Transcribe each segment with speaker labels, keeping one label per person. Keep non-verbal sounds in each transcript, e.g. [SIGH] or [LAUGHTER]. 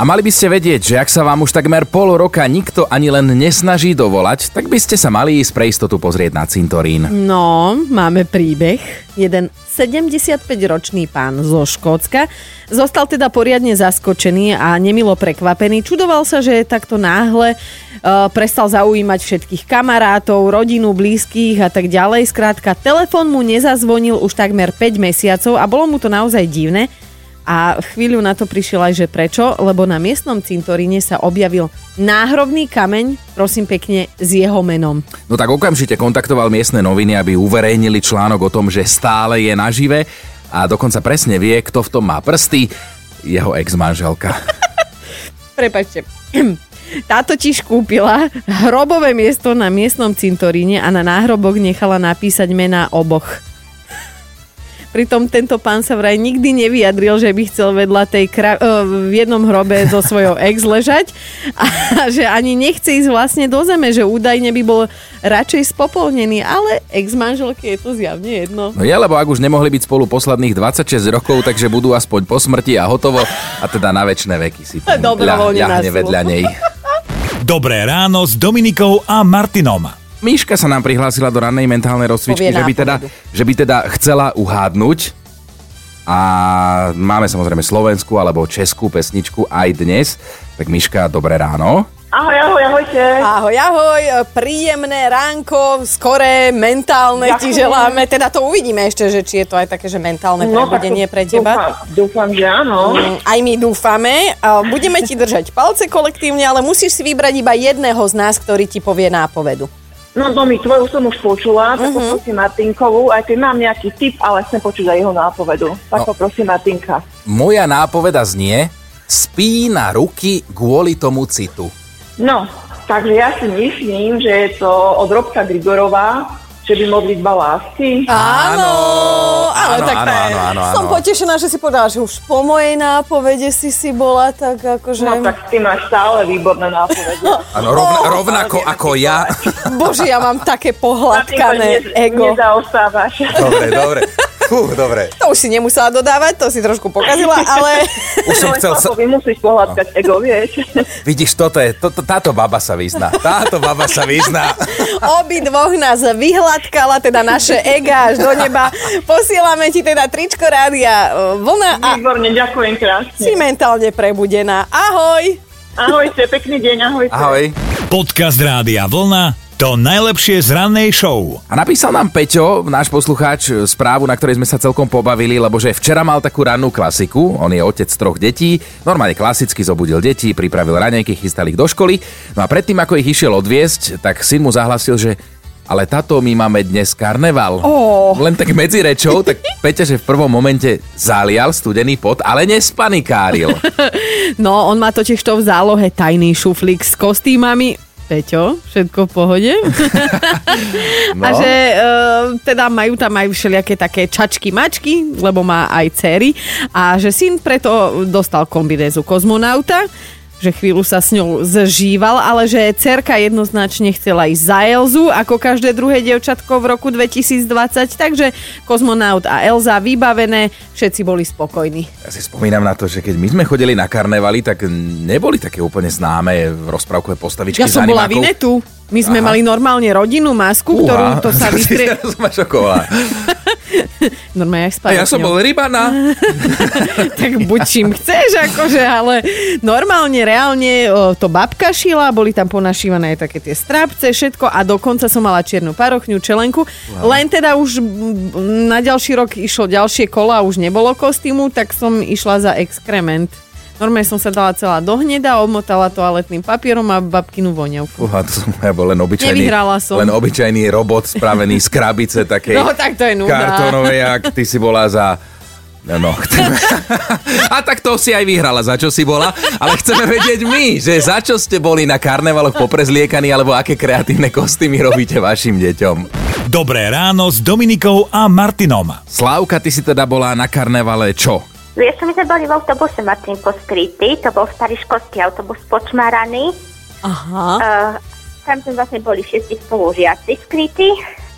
Speaker 1: A mali by ste vedieť, že ak sa vám už takmer pol roka nikto ani len nesnaží dovolať, tak by ste sa mali ísť pre istotu pozrieť na cintorín.
Speaker 2: No, máme príbeh. Jeden 75-ročný pán zo Škótska zostal teda poriadne zaskočený a nemilo prekvapený. Čudoval sa, že takto náhle e, prestal zaujímať všetkých kamarátov, rodinu, blízkych a tak ďalej. Skrátka, telefon mu nezazvonil už takmer 5 mesiacov a bolo mu to naozaj divné. A chvíľu na to prišiel aj, že prečo, lebo na miestnom cintoríne sa objavil náhrobný kameň, prosím pekne, s jeho menom.
Speaker 1: No tak okamžite kontaktoval miestne noviny, aby uverejnili článok o tom, že stále je nažive a dokonca presne vie, kto v tom má prsty, jeho ex-manželka.
Speaker 2: Prepačte. [CLEARS THROAT] Táto tiež kúpila hrobové miesto na miestnom cintoríne a na náhrobok nechala napísať mená oboch. Pritom tento pán sa vraj nikdy nevyjadril, že by chcel vedľa tej kra- eh, v jednom hrobe so svojou ex ležať a [LAUGHS] že ani nechce ísť vlastne do zeme, že údajne by bol radšej spopolnený, ale ex-manželke je to zjavne jedno.
Speaker 1: No je, lebo ak už nemohli byť spolu posledných 26 rokov, takže budú aspoň po smrti a hotovo a teda na väčšie veky si tam
Speaker 2: Dobrovoľne
Speaker 1: ľah- ľahne
Speaker 2: na súd.
Speaker 1: vedľa nej.
Speaker 3: Dobré ráno s Dominikou a Martinom.
Speaker 1: Miška sa nám prihlásila do rannej mentálnej rozcvičky,
Speaker 2: Povie
Speaker 1: že by, teda, že by teda chcela uhádnuť. A máme samozrejme slovenskú alebo českú pesničku aj dnes. Tak Miška, dobré ráno.
Speaker 4: Ahoj, ahoj, ahojte.
Speaker 2: Ahoj, ahoj, príjemné ránko, skoré, mentálne ti
Speaker 4: Ďakujem.
Speaker 2: želáme. Teda to uvidíme ešte, že či je to aj také, že mentálne prebudenie
Speaker 4: No, tak
Speaker 2: pre teba.
Speaker 4: Dúfam, no. dúfam, že áno.
Speaker 2: Mm, Aj my dúfame. A Budeme ti držať palce kolektívne, ale musíš si vybrať iba jedného z nás, ktorý ti povie nápovedu.
Speaker 4: No Domi, tvoju som už počula, tak uh-huh. poprosím Martinkovú, aj keď mám nejaký tip, ale chcem počuť aj jeho nápovedu.
Speaker 1: No.
Speaker 4: Tak no. poprosím Martinka.
Speaker 1: Moja nápoveda znie, spína ruky kvôli tomu citu.
Speaker 4: No, takže ja si myslím, že je to od Robka Grigorová, že by modlitba lásky.
Speaker 1: Áno,
Speaker 2: ale
Speaker 1: áno,
Speaker 2: tak
Speaker 1: áno, áno, áno, áno.
Speaker 2: som potešená, že si povedala, že už po mojej nápovede si si bola, tak akože...
Speaker 4: No tak ty máš stále výborné nápovede.
Speaker 1: Áno, rovna, rovnako ako ja.
Speaker 2: Bože, ja mám také pohľadkané
Speaker 4: Martinko,
Speaker 2: ego.
Speaker 4: Nezaostávaš.
Speaker 1: [LAUGHS] dobre, dobre. Fú, dobre.
Speaker 2: To už si nemusela dodávať, to si trošku pokazila, ale
Speaker 4: [LAUGHS]
Speaker 1: Už som chcel sa...
Speaker 4: Chlapovi musíš pohľadkať ego, vieš.
Speaker 1: Vidíš, toto je, toto, táto baba sa vyzná. Táto baba sa vyzná.
Speaker 2: obi dvoch nás vyhladkala, teda naše ega až do neba. Posielame ti teda tričko rádia e, Vlna a
Speaker 4: Výborne, ďakujem
Speaker 2: si
Speaker 4: krásne.
Speaker 2: mentálne prebudená. Ahoj!
Speaker 4: Ahojte, pekný deň, ahojte.
Speaker 1: Ahoj.
Speaker 3: Podcast Rádia Vlna. To najlepšie z rannej show.
Speaker 1: A napísal nám Peťo, náš poslucháč, správu, na ktorej sme sa celkom pobavili, lebo že včera mal takú rannú klasiku, on je otec troch detí, normálne klasicky zobudil deti, pripravil ranejky, chystal ich do školy, no a predtým, ako ich išiel odviesť, tak syn mu zahlasil, že ale tato, my máme dnes karneval.
Speaker 2: Ó.
Speaker 1: Len tak medzi rečou, tak Peťa, že v prvom momente zalial studený pot, ale nespanikáril.
Speaker 2: No, on má totiž to v zálohe tajný šuflík s kostýmami. Peťo, všetko v pohode?
Speaker 1: No.
Speaker 2: A že e, teda majú tam aj všelijaké také čačky mačky, lebo má aj cery. A že syn preto dostal kombinézu kozmonauta, že chvíľu sa s ňou zžíval, ale že cerka jednoznačne chcela ísť za Elzu, ako každé druhé dievčatko v roku 2020, takže kozmonaut a Elza vybavené, všetci boli spokojní.
Speaker 1: Ja si spomínam na to, že keď my sme chodili na karnevaly, tak neboli také úplne známe rozprávkové postavičky
Speaker 2: Ja som
Speaker 1: z
Speaker 2: bola
Speaker 1: animákov.
Speaker 2: Vinetu. My
Speaker 1: Aha.
Speaker 2: sme Aha. mali normálne rodinnú masku, Uha. ktorú
Speaker 1: [LAUGHS]
Speaker 2: to sa vystrie...
Speaker 1: Teraz ma
Speaker 2: [LAUGHS]
Speaker 1: šokovala.
Speaker 2: Normálne jak
Speaker 1: A ja som bol
Speaker 2: [LAUGHS]
Speaker 1: rybana.
Speaker 2: Tak buď čím chceš, akože, ale normálne, reálne o, to babka šila, boli tam ponašívané aj také tie strápce, všetko a dokonca som mala čiernu parochňu, čelenku. Len teda už mm, na ďalší rok išlo ďalšie kola a už nebolo kostýmu, tak som išla za exkrement. Normálne som sa dala celá do hneda, obmotala toaletným papierom a babkinu voňavku.
Speaker 1: Uha, to som ja bol len obyčajný,
Speaker 2: Nevyhrala som.
Speaker 1: len obyčajný robot spravený z krabice takej
Speaker 2: [LAUGHS] No, tak to je nuda.
Speaker 1: kartónovej, ak ty si bola za
Speaker 2: [LAUGHS]
Speaker 1: No, chceme... A tak to si aj vyhrala, za čo si bola. Ale chceme vedieť my, že za čo ste boli na karnevaloch poprezliekaní, alebo aké kreatívne kostýmy robíte vašim deťom.
Speaker 3: Dobré ráno s Dominikou a Martinom.
Speaker 1: Slávka, ty si teda bola na karnevale čo?
Speaker 5: Vieš, čo my sme boli v autobuse, Martinko, skrytý, to bol starý školský autobus počmaraný. Eh,
Speaker 2: Aha. Oh.
Speaker 5: Uh, tam sme vlastne boli všetci spolužiaci skrytí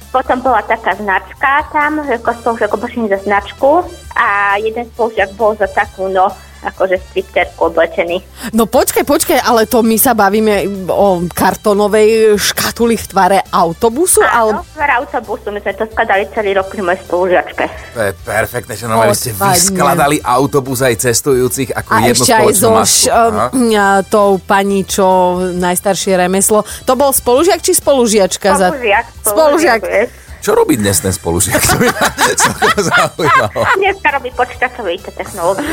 Speaker 5: Potom bola taká značka tam, ako spolužiak oblečený za značku a jeden spolužiak bol za takú, no, akože stripterku oblečený.
Speaker 2: No počkaj, počkaj, ale to my sa bavíme o kartonovej škatuli v tvare autobusu,
Speaker 5: Áno,
Speaker 2: No, ale...
Speaker 5: v autobusu, my sme to skladali celý rok pri mojej spolužiačke.
Speaker 1: To je perfektné, že normálne ste
Speaker 2: Odpadne.
Speaker 1: vyskladali autobus aj cestujúcich ako
Speaker 2: A
Speaker 1: jednu
Speaker 2: ešte aj
Speaker 1: spoločnú
Speaker 2: so
Speaker 1: masku.
Speaker 2: š, um,
Speaker 1: Aha.
Speaker 2: a, tou pani, čo najstaršie remeslo. To bol spolužiak či spolužiačka? za-
Speaker 5: Spolužiak,
Speaker 2: Spolužiak.
Speaker 5: vieš.
Speaker 1: Čo robí dnes ten spolužiak? [LAUGHS] To by ma celkom zaujímalo.
Speaker 5: A dneska robí počítačové IT technológie.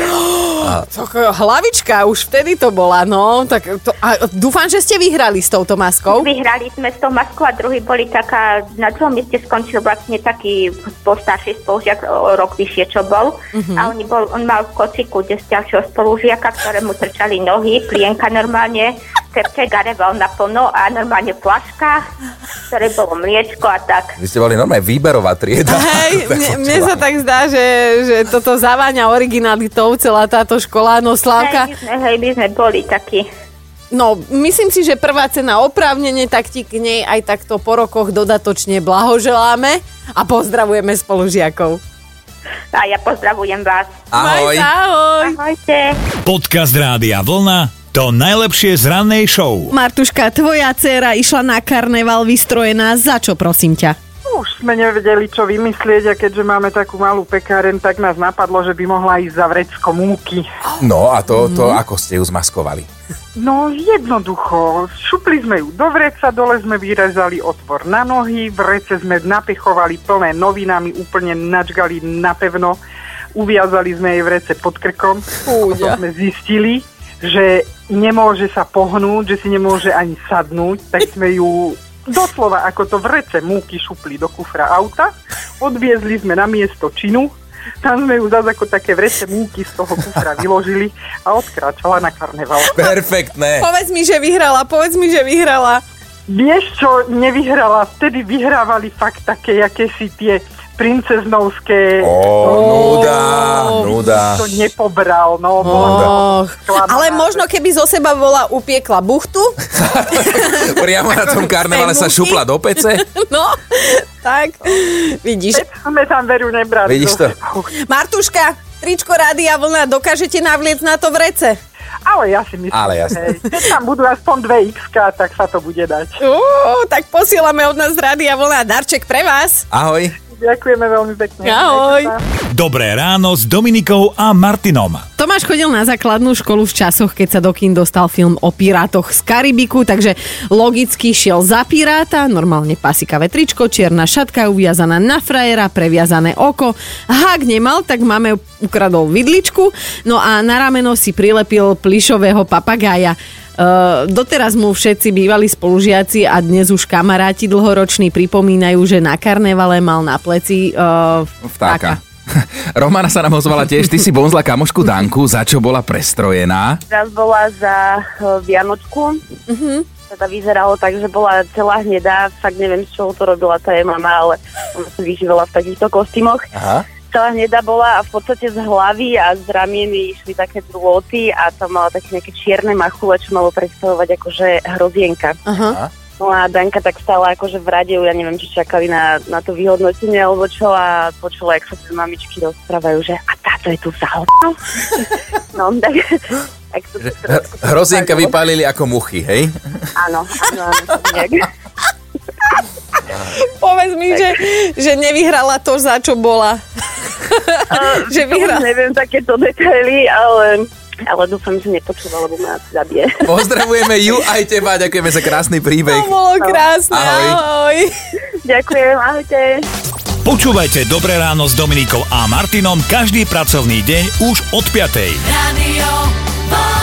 Speaker 2: To, hlavička, už vtedy to bola, no. Tak to, a dúfam, že ste vyhrali s touto maskou.
Speaker 5: Vyhrali sme s tou maskou a druhý boli taká, na druhom mieste skončil vlastne taký bol starší spolužiak, o rok vyššie čo bol. A on, bol, on mal v kociku z ďalšieho spolužiaka, ktorému trčali nohy, plienka normálne, tepče gareval naplno a normálne plaška, ktoré bolo mliečko a tak.
Speaker 1: Vy ste boli normálne výberová trieda.
Speaker 2: Hej,
Speaker 1: [LAUGHS] Tak
Speaker 2: mne,
Speaker 1: som
Speaker 2: mne
Speaker 1: chcela.
Speaker 2: sa tak zdá, že, že toto zaváňa originalitou celá táto škola. No Slávka,
Speaker 5: Hej, my sme, hej, my sme boli takí.
Speaker 2: no myslím si, že prvá cena oprávnenie, tak ti k nej aj takto po rokoch dodatočne blahoželáme a pozdravujeme spolužiakov.
Speaker 5: A ja pozdravujem vás.
Speaker 1: Ahoj.
Speaker 2: Maj sa, ahoj.
Speaker 5: Ahojte.
Speaker 3: Podcast Rádia Vlna to najlepšie z rannej show.
Speaker 2: Martuška, tvoja dcéra išla na karneval vystrojená, za čo prosím ťa?
Speaker 6: Už sme nevedeli, čo vymyslieť a keďže máme takú malú pekáren, tak nás napadlo, že by mohla ísť za vrecko múky.
Speaker 1: No a to, to ako ste ju zmaskovali?
Speaker 6: No jednoducho, šupli sme ju do vreca, dole sme vyrezali otvor na nohy, vrece sme napechovali plné novinami, úplne načgali napevno, uviazali sme jej vrece pod krkom. Potom sme zistili, že nemôže sa pohnúť, že si nemôže ani sadnúť, tak sme ju doslova ako to vrece múky šupli do kufra auta, odviezli sme na miesto činu, tam sme ju zase ako také vrece múky z toho kufra vyložili a odkráčala na karneval.
Speaker 2: [LAUGHS]
Speaker 1: Perfektné.
Speaker 2: Povedz mi, že vyhrala, povedz mi, že vyhrala.
Speaker 6: Vieš čo, nevyhrala, vtedy vyhrávali fakt také, aké si tie princeznovské...
Speaker 1: Ó, nuda, nuda.
Speaker 6: To nepobral, no.
Speaker 2: Och,
Speaker 6: Klamaná.
Speaker 2: ale možno keby zo seba bola upiekla buchtu, [LAUGHS]
Speaker 1: Priamo na tom karnevale sa
Speaker 2: múky.
Speaker 1: šupla do pece.
Speaker 2: no, tak, vidíš.
Speaker 6: Sme tam veru nebrali.
Speaker 1: Vidíš to?
Speaker 2: Martuška, tričko rádia vlna, dokážete navliec na to vrece?
Speaker 6: Ale ja si myslím,
Speaker 1: Ale jasne.
Speaker 6: hej, keď tam budú aspoň dve x tak sa to bude dať.
Speaker 2: Uú, tak posielame od nás rádia vlna darček pre vás.
Speaker 1: Ahoj.
Speaker 6: Ďakujeme veľmi pekne.
Speaker 2: Ahoj.
Speaker 6: Majte sa.
Speaker 3: Dobré ráno s Dominikou a Martinom.
Speaker 2: Tomáš chodil na základnú školu v časoch, keď sa do kín dostal film o pirátoch z Karibiku, takže logicky šiel za piráta, normálne pasikavé tričko, čierna šatka uviazaná na frajera, previazané oko. Hák nemal, tak máme ukradol vidličku, no a na rameno si prilepil plišového papagája. Uh, doteraz mu všetci bývali spolužiaci a dnes už kamaráti dlhoroční pripomínajú, že na karnevale mal na pleci uh,
Speaker 1: Vtáka. [LAUGHS] Romana sa nám ozvala tiež, ty si bonzla kamošku Danku, za čo bola prestrojená.
Speaker 7: Raz bola za e, Vianočku. Mm-hmm. Teda vyzeralo tak, že bola celá hnedá. Fakt neviem, z čoho to robila tá jej mama, ale ona sa vyživila v takýchto kostýmoch.
Speaker 1: Aha.
Speaker 7: Celá hnedá bola a v podstate z hlavy a z ramien jej išli také drôty a tam mala také nejaké čierne machule, čo malo predstavovať akože hrozienka.
Speaker 2: Aha.
Speaker 7: No a Danka tak stála akože v rade, ja neviem, či čakali na, na to vyhodnotenie alebo čo a počula, jak sa tie mamičky rozprávajú, že a táto je tu za
Speaker 1: [LAUGHS]
Speaker 7: hodno. No, tak... tak to, to,
Speaker 1: H- hrozienka vypálili ako muchy, hej?
Speaker 7: Áno, áno, áno. tak nejak.
Speaker 2: Povedz mi, že, že nevyhrala to, za čo bola. [LAUGHS]
Speaker 7: To
Speaker 2: že
Speaker 7: už
Speaker 2: vyhrala.
Speaker 7: neviem takéto detaily, ale, ale dúfam, že nepočúva, lebo ma asi zabije.
Speaker 1: Pozdravujeme ju aj teba, ďakujeme za krásny
Speaker 2: To
Speaker 1: príbeh.
Speaker 2: bolo krásne,
Speaker 1: Ahoj.
Speaker 2: ahoj.
Speaker 7: [LAUGHS] Ďakujem, ahojte.
Speaker 3: Počúvajte Dobré ráno s Dominikou a Martinom každý pracovný deň už od 5.
Speaker 8: Radio Vlna.